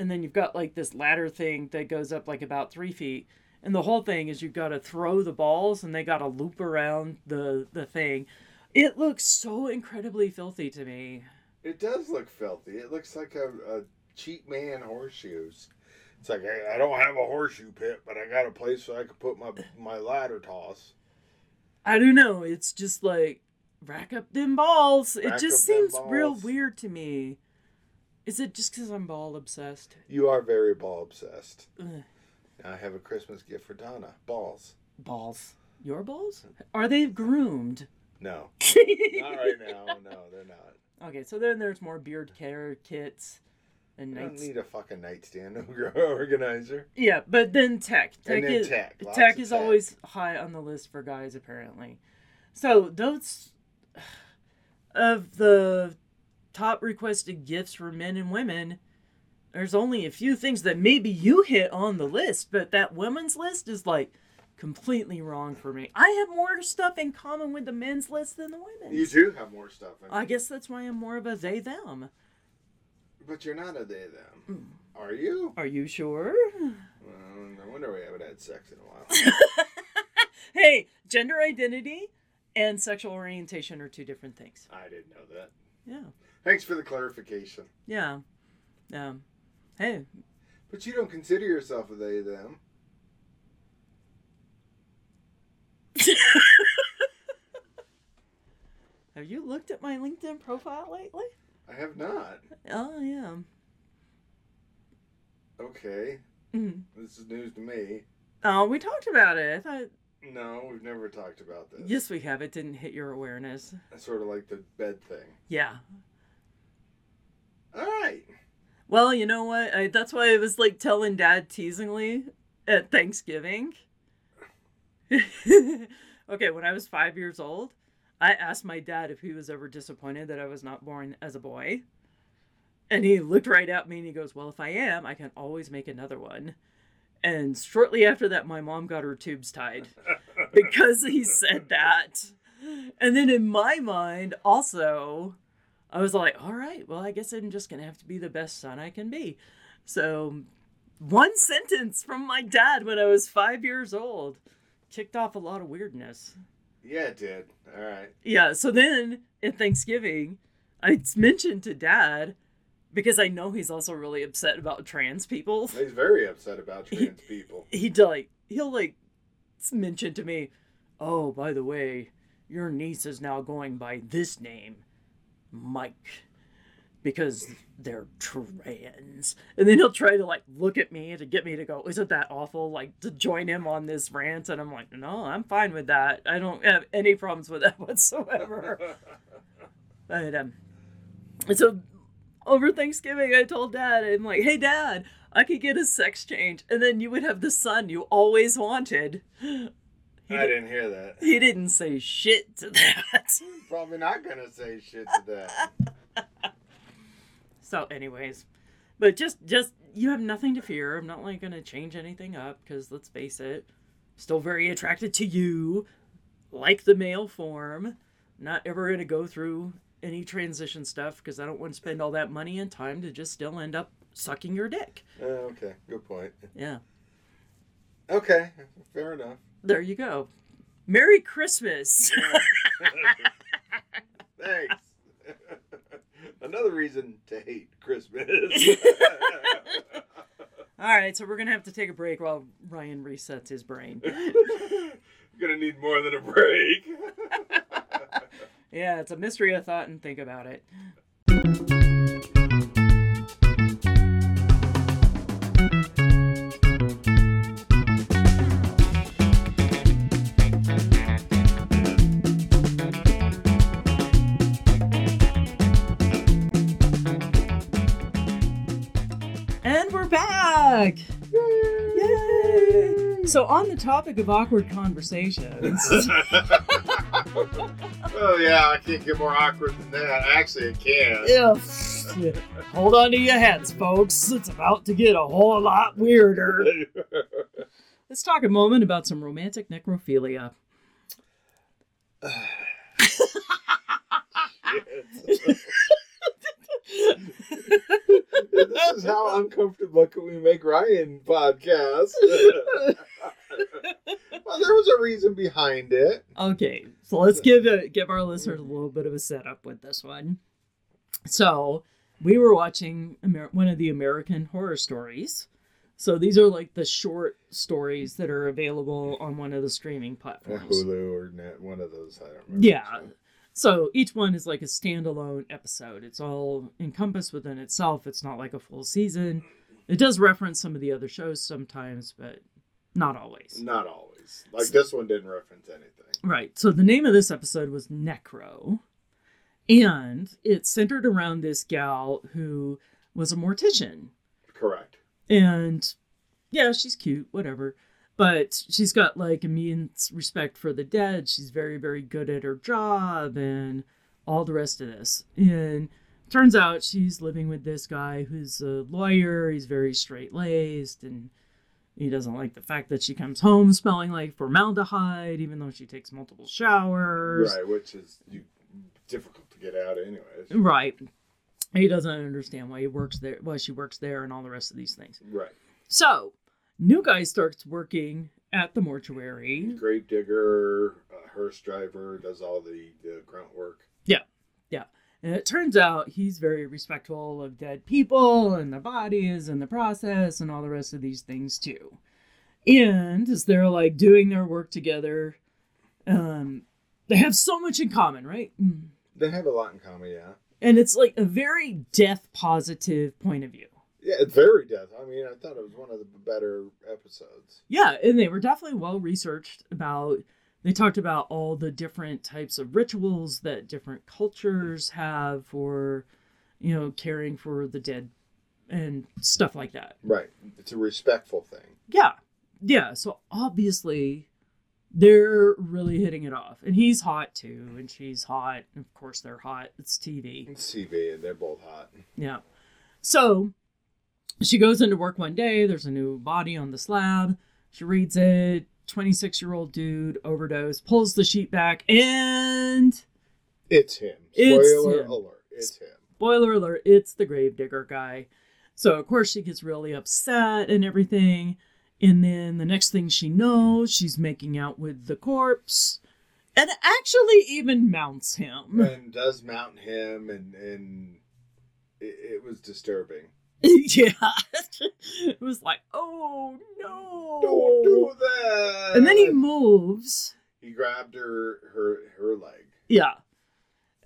Speaker 1: And then you've got like this ladder thing that goes up like about three feet. And the whole thing is you've got to throw the balls and they got to loop around the, the thing. It looks so incredibly filthy to me.
Speaker 2: It does look filthy. It looks like a, a cheap man horseshoes. It's like I, I don't have a horseshoe pit, but I got a place where I could put my my ladder toss.
Speaker 1: I don't know. It's just like rack up them balls. It
Speaker 2: Rack
Speaker 1: just
Speaker 2: up them
Speaker 1: seems real
Speaker 2: balls.
Speaker 1: weird to me. Is it just because I'm ball obsessed?
Speaker 2: You are very ball obsessed.
Speaker 1: Ugh.
Speaker 2: Now I have a Christmas gift for Donna. Balls.
Speaker 1: Balls. Your balls? Are they groomed?
Speaker 2: No, not right now. No, they're not.
Speaker 1: okay, so then there's more beard care kits and
Speaker 2: I don't
Speaker 1: nights.
Speaker 2: need a fucking nightstand organizer.
Speaker 1: Yeah, but then tech. Tech
Speaker 2: And then
Speaker 1: is
Speaker 2: tech. Lots
Speaker 1: tech
Speaker 2: of
Speaker 1: is always high on the list for guys apparently. So those of the top requested gifts for men and women, there's only a few things that maybe you hit on the list, but that women's list is like completely wrong for me. I have more stuff in common with the men's list than the
Speaker 2: You
Speaker 1: women's.
Speaker 2: do have more stuff. In
Speaker 1: I guess that's why I'm more of a they them.
Speaker 2: But you're not a they them.
Speaker 1: Hmm.
Speaker 2: Are you?
Speaker 1: Are you sure?
Speaker 2: Um, I wonder we haven't had sex in a while.
Speaker 1: Hey, gender identity and sexual orientation are two different things.
Speaker 2: I didn't know that.
Speaker 1: Yeah.
Speaker 2: Thanks for the clarification.
Speaker 1: Yeah. Um, hey,
Speaker 2: But you don't consider yourself a they them.
Speaker 1: have you looked at my LinkedIn profile lately?
Speaker 2: I have not.
Speaker 1: Oh, yeah.
Speaker 2: Okay,
Speaker 1: Mm.
Speaker 2: this is news to me.
Speaker 1: Oh, we talked about it. I thought,
Speaker 2: No, we've never talked about this.
Speaker 1: yes, we have. It didn't hit your awareness.
Speaker 2: It's sort of like the bed thing.
Speaker 1: Yeah.
Speaker 2: All right.
Speaker 1: Well, you know what? I, that's why I was like telling dad teasingly at Thanksgiving. okay, when I was five years old, I asked my dad if he was ever disappointed that I was not born as a boy. And he looked right at me and he goes, Well, if I am, I can always make another one. And shortly after that, my mom got her tubes tied because he said that. And then in my mind, also, I was like, all right, well, I guess I'm just going to have to be the best son I can be. So, one sentence from my dad when I was five years old kicked off a lot of weirdness.
Speaker 2: Yeah, it did. All right.
Speaker 1: Yeah. So then at Thanksgiving, I mentioned to dad because I know he's also really upset about trans people.
Speaker 2: He's very upset about trans people.
Speaker 1: He'd like, he'll like mention to me, oh, by the way, your niece is now going by this name, Mike, because they're trans. And then he'll try to like look at me to get me to go, isn't that awful? Like to join him on this rant. And I'm like, no, I'm fine with that. I don't have any problems with that whatsoever. But um, so over Thanksgiving, I told Dad, I'm like, "Hey, Dad, I could get a sex change, and then you would have the son you always wanted."
Speaker 2: I didn't hear that.
Speaker 1: He didn't say shit to that.
Speaker 2: Probably not gonna say shit to that.
Speaker 1: so, anyways, but just just you have nothing to fear. I'm not like gonna change anything up because let's face it, still very attracted to you, like the male form. Not ever gonna go through any transition stuff because I don't want to spend all that money and time to just still end up sucking your dick.
Speaker 2: Uh, okay, good point.
Speaker 1: Yeah.
Speaker 2: Okay, fair enough.
Speaker 1: There you go. Merry Christmas.
Speaker 2: Thanks. Another reason to hate Christmas.
Speaker 1: All right, so we're going to have to take a break while Ryan resets his brain.
Speaker 2: Gonna need more than a break.
Speaker 1: Yeah, it's a mystery of thought and think about it. And we're back! Yay! So, on the topic of awkward conversations.
Speaker 2: oh yeah, I can't get more awkward than that. Actually, I can.
Speaker 1: Ugh. Hold on to your hats, folks. It's about to get a whole lot weirder. Let's talk a moment about some romantic necrophilia.
Speaker 2: this is how uncomfortable can we make Ryan podcast. well, there was a reason behind it.
Speaker 1: Okay, so let's give a, give our listeners a little bit of a setup with this one. So we were watching Amer- one of the American horror stories. So these are like the short stories that are available on one of the streaming platforms.
Speaker 2: Hulu or net, one of those. I don't remember.
Speaker 1: Yeah. So each one is like a standalone episode. It's all encompassed within itself. It's not like a full season. It does reference some of the other shows sometimes, but not always.
Speaker 2: Not always. Like this one didn't reference anything.
Speaker 1: Right. So the name of this episode was Necro. And it centered around this gal who was a mortician.
Speaker 2: Correct.
Speaker 1: And yeah, she's cute, whatever. But she's got like immense respect for the dead. She's very, very good at her job and all the rest of this. And turns out she's living with this guy who's a lawyer. He's very straight laced and he doesn't like the fact that she comes home smelling like formaldehyde, even though she takes multiple showers.
Speaker 2: Right, which is you, difficult to get out, anyways.
Speaker 1: Right. He doesn't understand why he works there, why she works there, and all the rest of these things.
Speaker 2: Right.
Speaker 1: So, new guy starts working at the mortuary.
Speaker 2: Grave digger, uh, hearse driver, does all the, the grunt work.
Speaker 1: And it turns out he's very respectful of dead people and the bodies and the process and all the rest of these things too. And as they're like doing their work together, um, they have so much in common, right? Mm.
Speaker 2: They have a lot in common, yeah.
Speaker 1: And it's like a very death positive point of view.
Speaker 2: Yeah, it's very death. I mean, I thought it was one of the better episodes.
Speaker 1: Yeah, and they were definitely well researched about they talked about all the different types of rituals that different cultures have for you know caring for the dead and stuff like that
Speaker 2: Right. It's a respectful thing.
Speaker 1: yeah yeah so obviously they're really hitting it off and he's hot too and she's hot and of course they're hot it's tv
Speaker 2: It's CV, and they're both hot.
Speaker 1: yeah so she goes into work one day there's a new body on the slab she reads it 26 year old dude overdose pulls the sheet back and
Speaker 2: It's him. Spoiler
Speaker 1: It's him.
Speaker 2: alert. It's him.
Speaker 1: spoiler alert, it's the gravedigger guy. So, of course, she gets really upset and everything. And then the next thing she knows, she's making out with the corpse and actually even mounts him.
Speaker 2: And does mount him, and, and it, it was disturbing.
Speaker 1: yeah. it was like, oh no.
Speaker 2: Don't do that!
Speaker 1: Oh. And then he moves.
Speaker 2: He grabbed her, her, her leg
Speaker 1: Yeah.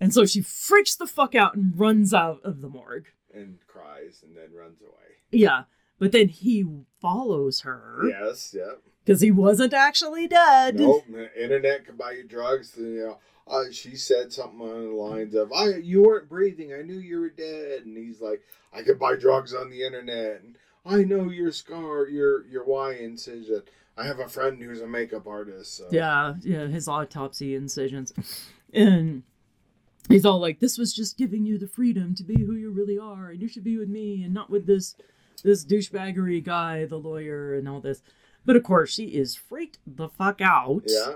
Speaker 1: And so she freaks the fuck out and runs out of the morgue.
Speaker 2: and cries and then runs away.
Speaker 1: Yeah. But then he follows her
Speaker 2: Yes, yep.
Speaker 1: because he wasn't actually dead.
Speaker 2: Nope, the internet can buy you drugs. And, you know, uh, she said something on the lines of, "I, you weren't breathing. I knew you were dead." And he's like, "I could buy drugs on the internet." And I know your scar, your your Y incision. I have a friend who's a makeup artist. So.
Speaker 1: Yeah, yeah, his autopsy incisions. And he's all like, This was just giving you the freedom to be who you really are, and you should be with me and not with this this douchebaggery guy, the lawyer, and all this. But of course she is freaked the fuck out.
Speaker 2: Yeah.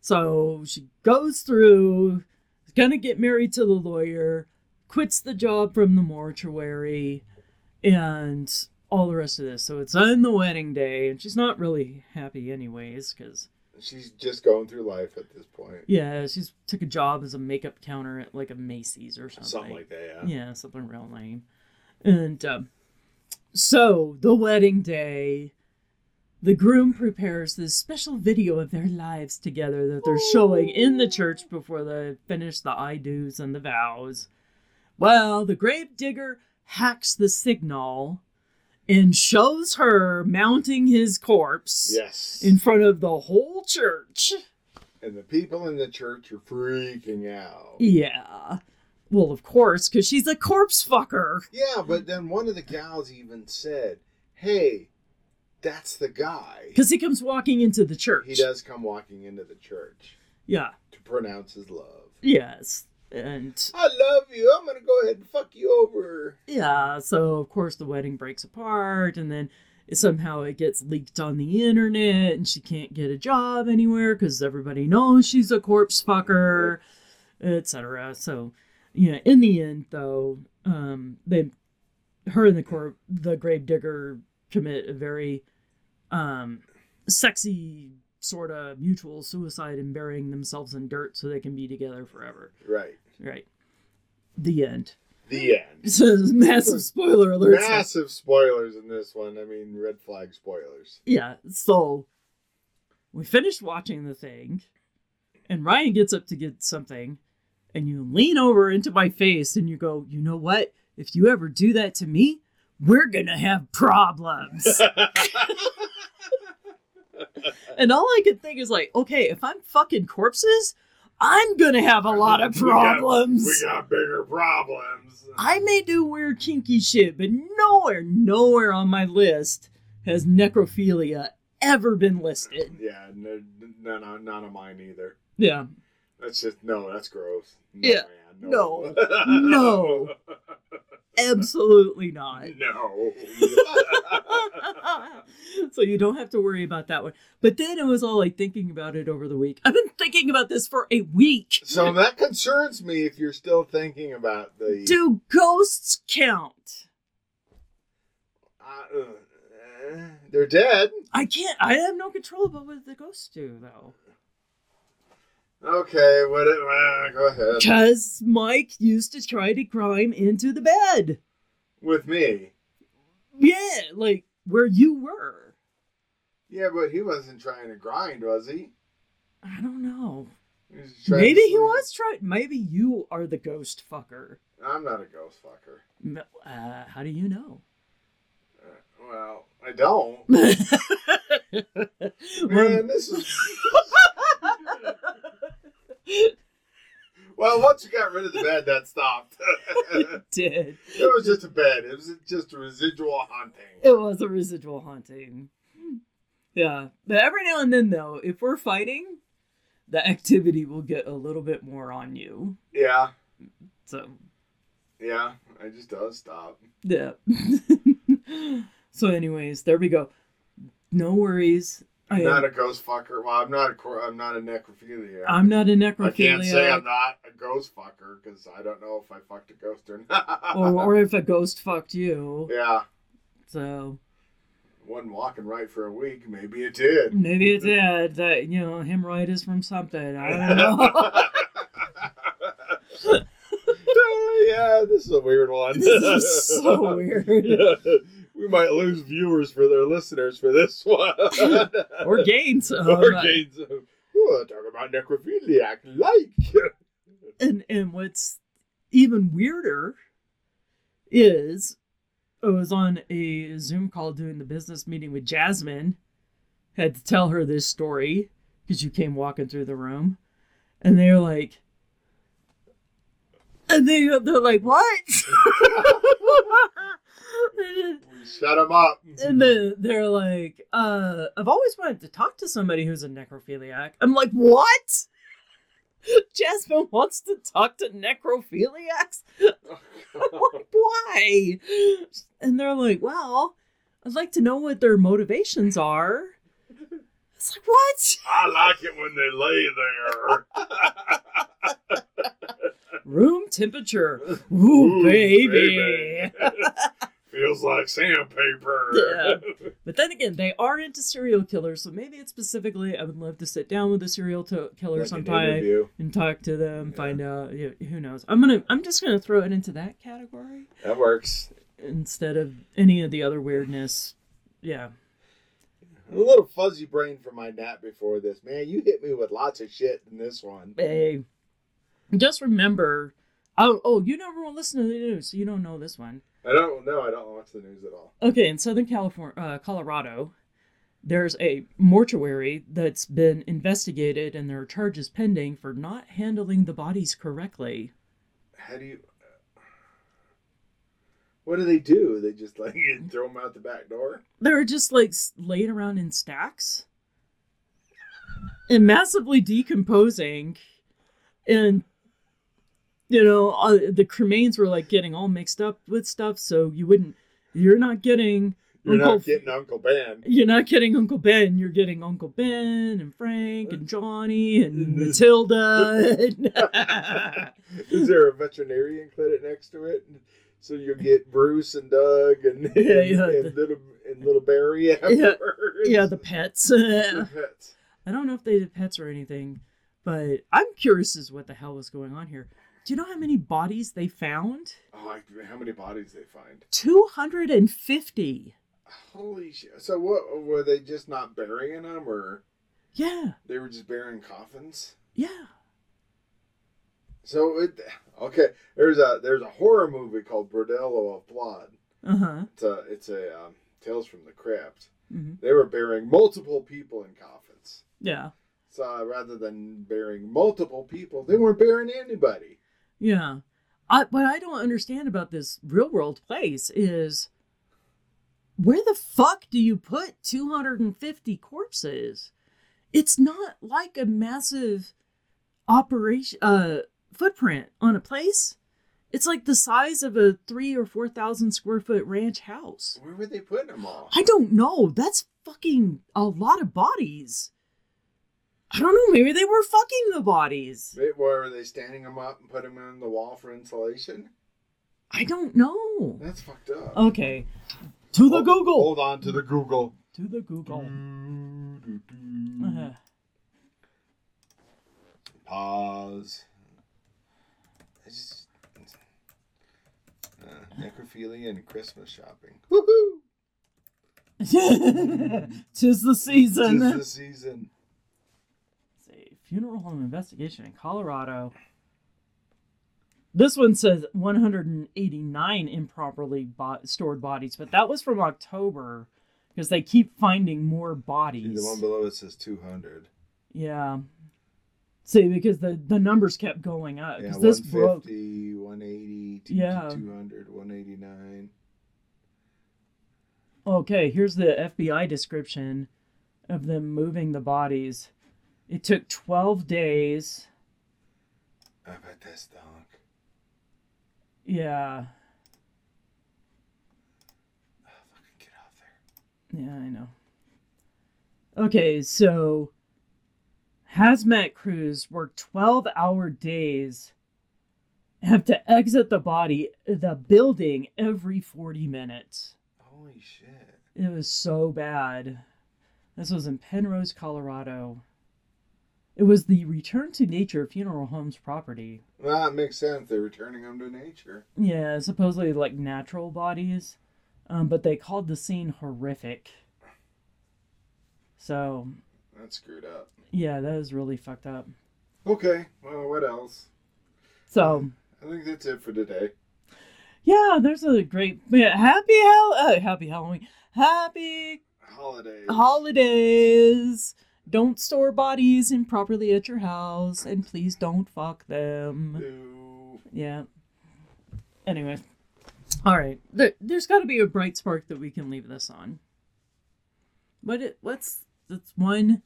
Speaker 1: So she goes through, is gonna get married to the lawyer, quits the job from the mortuary, and all the rest of this. So it's on the wedding day, and she's not really happy anyways, because
Speaker 2: She's just going through life at this point.
Speaker 1: yeah, she's took a job as a makeup counter at like a Macy's or something.
Speaker 2: Something like that. Yeah.
Speaker 1: Yeah, something real lame. And um, so the wedding day, the groom prepares this special video of their lives together that they're showing in the church before they finish the I do's and the vows. Well, the grave digger hacks the signal and shows her mounting his corpse
Speaker 2: Yes.
Speaker 1: in front of the whole church.
Speaker 2: and the people in the church are freaking out.
Speaker 1: Yeah. Well, of course, because she's a corpse fucker.
Speaker 2: Yeah, but then one of the gals even said, "Hey, that's the guy."
Speaker 1: Because he comes walking into the church.
Speaker 2: He does come walking into the church
Speaker 1: Yeah.
Speaker 2: to pronounce his love.
Speaker 1: Yes. And
Speaker 2: I love you. I'm gonna go ahead and fuck you over.
Speaker 1: yeah, so of course the wedding breaks apart, and then somehow it gets leaked on the internet, and she can't get a job anywhere because everybody knows she's a corpse fucker, etc. So, yeah, in the end, though, um, they, her and the corp, the grave digger commit a very, um, sexy sort of mutual suicide and burying themselves in dirt so they can be together forever.
Speaker 2: Right.
Speaker 1: Right. The end.
Speaker 2: The end.
Speaker 1: It's a massive spoiler alert.
Speaker 2: Massive spoilers in this one. I mean, red flag spoilers.
Speaker 1: Yeah. So we finished watching the thing, and Ryan gets up to get something, and you lean over into my face and you go, You know what? If you ever do that to me, we're going to have problems. and all I could think is, like, okay, if I'm fucking corpses, I'm going to have a lot of
Speaker 2: We got-
Speaker 1: problems.
Speaker 2: We got bigger problems.
Speaker 1: I may do weird kinky shit, but nowhere, nowhere on my list has necrophilia ever been listed.
Speaker 2: Yeah, no, no, no, not of mine either.
Speaker 1: Yeah.
Speaker 2: That's just no. That's gross. No,
Speaker 1: Yeah.
Speaker 2: man, no.
Speaker 1: No. Absolutely not.
Speaker 2: No.
Speaker 1: so you don't have to worry about that one. But then it was all like thinking about it over the week. I've been thinking about this for a week.
Speaker 2: so that concerns me if you're still thinking about the.
Speaker 1: Do ghosts count?
Speaker 2: Uh, uh, they're dead.
Speaker 1: I can't. I have no control about what the ghosts do though.
Speaker 2: Okay, what? It, well, go ahead.
Speaker 1: Because Mike used to try to climb into the bed.
Speaker 2: With me.
Speaker 1: Yeah, like where you were.
Speaker 2: Yeah, but he wasn't trying to grind, was he?
Speaker 1: I don't know.
Speaker 2: he was just trying to
Speaker 1: Maybe he
Speaker 2: sleep.
Speaker 1: was trying. Maybe you are the ghost fucker.
Speaker 2: I'm not a ghost fucker.
Speaker 1: M- Uh, how do you know?
Speaker 2: Uh, well, I don't.
Speaker 1: Well,
Speaker 2: Man, this is. Well, once you got rid of the bed, that stopped. it
Speaker 1: did.
Speaker 2: was just a bed. It was just a residual haunting.
Speaker 1: It was a residual haunting. Yeah. But every now and then, though, if we're fighting, the activity will get a little bit more on you.
Speaker 2: Yeah,
Speaker 1: So,
Speaker 2: yeah. It just does stop.
Speaker 1: yeah. so, anyways, there we go. No worries. I am,
Speaker 2: I'm not a ghost fucker. Well, I'm not a. cor- I'm not a necrophiliac.
Speaker 1: I'm not a
Speaker 2: I can't say I'm
Speaker 1: necrophiliac.
Speaker 2: not a ghost fucker because I don't know if I fucked a ghost or not.
Speaker 1: Or, or if a ghost fucked you.
Speaker 2: yeah,
Speaker 1: So
Speaker 2: wasn't walking right for a week. Maybe it did.
Speaker 1: maybe it did. That, you know, hemorrhoid from something. I don't know.
Speaker 2: yeah, this is a weird one.
Speaker 1: this is so weird.
Speaker 2: we might lose viewers for their listeners for this one.
Speaker 1: Or gains. um,
Speaker 2: Or gains. Ooh, talk about necrophiliac like.
Speaker 1: and and what's even weirder is I was on a Zoom call doing the business meeting with Jasmine. Had to tell her this story because you came walking through the room, and they were like, and they they're like, what?
Speaker 2: Shut him up.
Speaker 1: and then they're like, uh, I've always wanted to talk to somebody who's a necrophiliac. I'm like, what? Jasmine wants to talk to necrophiliacs? like, why? And they're like, well, I'd like to know what their motivations are. It's like, what?
Speaker 2: I like it when they lay there.
Speaker 1: Room temperature. Ooh,
Speaker 2: Ooh,
Speaker 1: baby.
Speaker 2: baby. Feels like sandpaper.
Speaker 1: But then again, they are into serial killers, so maybe it's specifically, I would love to sit down with a serial to- killer sometime. and talk to them,
Speaker 2: Yeah.
Speaker 1: find out you know, who knows. I'm gonna I'm just gonna throw it into that category
Speaker 2: That works.
Speaker 1: instead of any of the other weirdness. Yeah.
Speaker 2: A little fuzzy brain from my nap before this. Man, you hit me with lots of shit in this one.
Speaker 1: Hey. Just remember oh oh, you never want to listen to the news, so you don't know this one.
Speaker 2: I don't know. I don't watch the news at all.
Speaker 1: Okay, in Southern California uh, Colorado, there's a mortuary that's been investigated and there are charges pending for not handling the bodies correctly.
Speaker 2: How do you? What do they do? They just like throw them out the back door?
Speaker 1: they're just like s- laid around in stacks and massively decomposing and you know uh, the cremains were like getting all mixed up with stuff so you wouldn't you're not getting
Speaker 2: You're
Speaker 1: Uncle-
Speaker 2: not getting Uncle Ben.
Speaker 1: you're not getting uncle ben you're getting uncle ben and frank and johnny and matilda and-
Speaker 2: Is there a veterinarian clinic next to it? So you'll get Bruce and Doug and and,
Speaker 1: Yeah, yeah.
Speaker 2: and little and little Barry afterwards.
Speaker 1: yeah the pets
Speaker 2: The pets.
Speaker 1: I don't know if they did pets or anything, but I'm curious as what the hell was going on here. Do you know how many bodies they found?
Speaker 2: Oh, I, how many bodies they find?
Speaker 1: 250.
Speaker 2: Holy shit! So what were they just not burying them, or
Speaker 1: Yeah,
Speaker 2: they were just burying coffins?
Speaker 1: yeah.
Speaker 2: So it okay. There's a there's a horror movie called Bordello of Blood.
Speaker 1: Uh huh.
Speaker 2: It's a it's a um, Tales from the Crypt.
Speaker 1: hmm
Speaker 2: They were burying multiple people in coffins.
Speaker 1: Yeah,
Speaker 2: So uh, rather than burying multiple people, they weren't burying anybody.
Speaker 1: yeah. I, what I don't understand about this real world place is where the fuck do you put 250 corpses? It's not like a massive operation uh, footprint on a place. It's like the size of a three or four thousand square foot ranch house.
Speaker 2: Where were they putting them all?
Speaker 1: I don't know. That's fucking a lot of bodies. I don't know. Maybe they were fucking the bodies.
Speaker 2: They- Were they standing them up and putting them in the wall for insulation?
Speaker 1: I don't know.
Speaker 2: That's fucked up.
Speaker 1: Okay. To the
Speaker 2: Hold-
Speaker 1: Google.
Speaker 2: Hold on to the Google.
Speaker 1: To the Google.
Speaker 2: Do-do-do.
Speaker 1: Uh,
Speaker 2: Pause. I just- Uh, necrophilia and Christmas shopping. Woohoo!
Speaker 1: Tis the season.
Speaker 2: This is the season.
Speaker 1: It's a funeral home investigation in Colorado. This one says 189 improperly bo- stored bodies, but that was from October because they keep finding more
Speaker 2: See, The
Speaker 1: bodies.
Speaker 2: one below it says 200.
Speaker 1: yeah. See, because the, the numbers kept going up.
Speaker 2: Yeah,
Speaker 1: Because Uh, this broke.
Speaker 2: 150, 180,
Speaker 1: Yeah.
Speaker 2: 200, 189.
Speaker 1: Okay, here's the FBI description of them moving the bodies. It took 12 days.
Speaker 2: I bet that stunk.
Speaker 1: Yeah.
Speaker 2: Oh, fucking get out there.
Speaker 1: Yeah, I know. Okay, so hazmat crews work 12 hour days, have to exit the body, the building every 40 minutes.
Speaker 2: Holy shit.
Speaker 1: It was so bad. This was in Penrose, Colorado. It was the Return to Nature Funeral Homes property.
Speaker 2: Well, it makes sense. They're returning them to nature.
Speaker 1: Yeah, supposedly like natural bodies, um, but they called the scene horrific. So,
Speaker 2: That's screwed up.
Speaker 1: Yeah, that is really fucked up.
Speaker 2: Okay. Well, what else?
Speaker 1: So
Speaker 2: I think that's it for today.
Speaker 1: yeah, there's a great yeah, happy hell uh, happy Halloween, happy
Speaker 2: Holidays.
Speaker 1: holidays. Don't store bodies improperly at your house, and please don't fuck them.
Speaker 2: Ooh.
Speaker 1: Yeah. Anyway, all right. There, there's got to be a bright spark that we can leave this on. But it what's that's one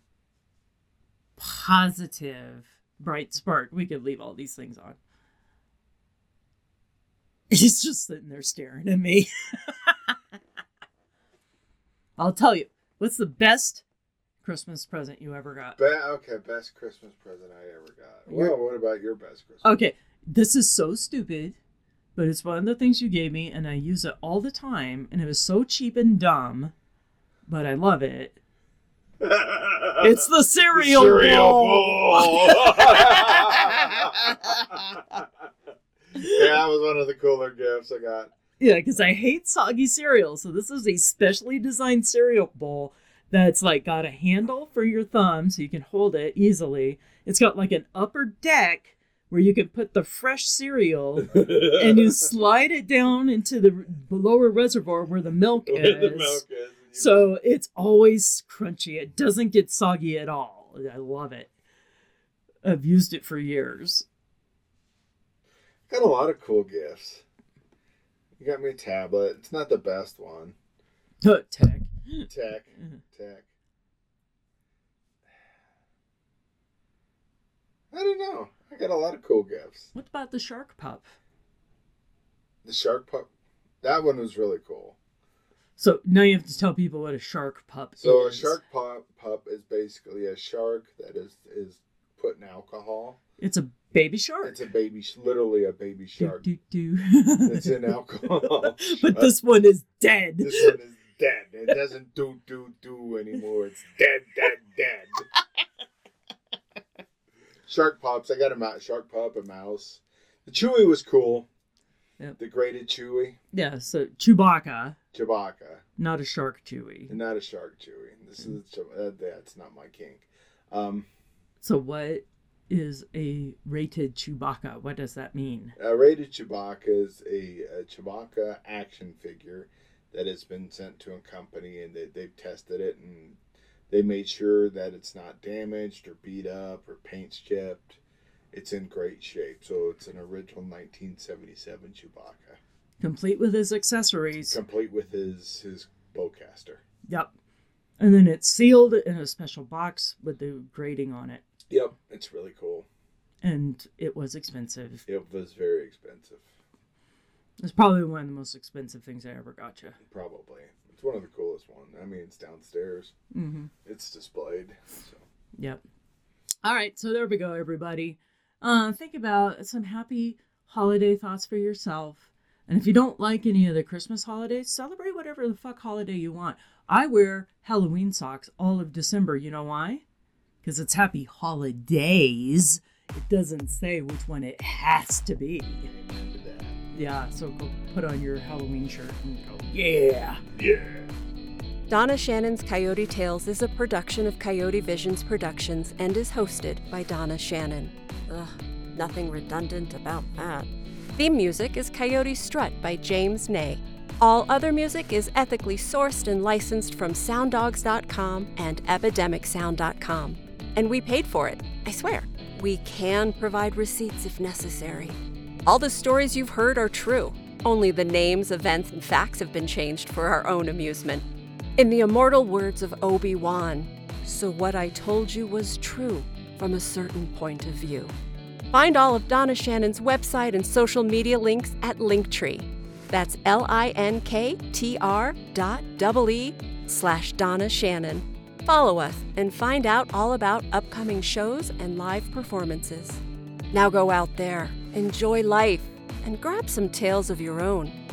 Speaker 1: positive bright spark we could leave all these things on. He's just sitting there staring at me. I'll tell you, what's the best Christmas present you ever got?
Speaker 2: Be- okay, best Christmas present I ever got. Well, what about your best Christmas?
Speaker 1: Okay, this is so stupid, but it's one of the things you gave me, and I use it all the time, and it was so cheap and dumb, but I love it. Oh, It's the cereal, bowl.
Speaker 2: bowl. yeah, that was one of the cooler gifts I got.
Speaker 1: Yeah, because I hate soggy cereal, so this is a specially designed cereal bowl that's like got a handle for your thumb so you can hold it easily. It's got like an upper deck where you can put the fresh cereal and you slide it down into the lower reservoir where the milk
Speaker 2: Where
Speaker 1: is.
Speaker 2: the milk is. and you-
Speaker 1: So it's always crunchy. It doesn't get soggy at all. I love it. I've used it for years.
Speaker 2: Got a lot of cool gifts. You got me a tablet. It's not the best one.
Speaker 1: Huh, Tech.
Speaker 2: Tech.
Speaker 1: Mm-hmm.
Speaker 2: Tech. I don't know. I got a lot of cool gifts.
Speaker 1: What about the shark pup?
Speaker 2: The shark pup. That one was really cool.
Speaker 1: So now you have to tell people what a shark pup
Speaker 2: So
Speaker 1: is.
Speaker 2: a shark pup pup is basically a shark that is is put in alcohol.
Speaker 1: It's a baby shark.
Speaker 2: It's a baby, sh- literally a baby shark
Speaker 1: Do, do,
Speaker 2: that's
Speaker 1: do.
Speaker 2: in alcohol.
Speaker 1: but this one is dead.
Speaker 2: This one is dead. It doesn't do do do anymore. It's dead, dead, dead. Shark pops. I got a mouse. Shark pup, a mouse. The Chewy was cool.
Speaker 1: Yep.
Speaker 2: The graded Chewy,
Speaker 1: Yeah, so Chewbacca,
Speaker 2: Chewbacca,
Speaker 1: not a shark Chewie.
Speaker 2: and not a shark Chewy. This is uh, that's not my kink. Um,
Speaker 1: So what is a rated Chewbacca? What does that mean?
Speaker 2: Uh, rated Chewbacca is a, a Chewbacca action figure that has been sent to a company, and they, they've tested it and they made sure that it's not damaged or beat up or paint chipped. It's in great shape, so it's an original 1977 Chewbacca,
Speaker 1: Complete with his accessories.
Speaker 2: complete with his his bowcaster.
Speaker 1: Yep. And then it's sealed in a special box with the grading on it.
Speaker 2: Yep, it's really cool.
Speaker 1: And it was expensive.
Speaker 2: It was very expensive.
Speaker 1: It's probably one of the most expensive things I ever got you.
Speaker 2: Probably. It's one of the coolest one. I mean, it's downstairs.
Speaker 1: Mm-hmm.
Speaker 2: It's displayed. So.
Speaker 1: Yep. All right, so there we go, everybody. Uh, think about some happy holiday thoughts for yourself. And if you don't like any of the Christmas holidays, celebrate whatever the fuck holiday you want. I wear Halloween socks all of December. You know why? Because it's happy holidays. It doesn't say which one it has to be.
Speaker 2: Remember that.
Speaker 1: Yeah, so go put on your Halloween shirt and go, yeah.
Speaker 2: Yeah.
Speaker 3: Donna Shannon's Coyote Tales is a production of Coyote Visions Productions and is hosted by Donna Shannon. Ugh, nothing redundant about that. Theme music is Coyote Strut by James Ney. All other music is ethically sourced and licensed from sounddogs.com and epidemicsound.com. And we paid for it, I swear. We can provide receipts if necessary. All the stories you've heard are true. Only the names, events, and facts have been changed for our own amusement. In the immortal words of Obi Wan, so what I told you was true from a certain point of view. Find all of Donna Shannon's website and social media links at Linktree. That's L I N K T R dot double E slash Donna Shannon. Follow us and find out all about upcoming shows and live performances. Now go out there, enjoy life, and grab some tales of your own.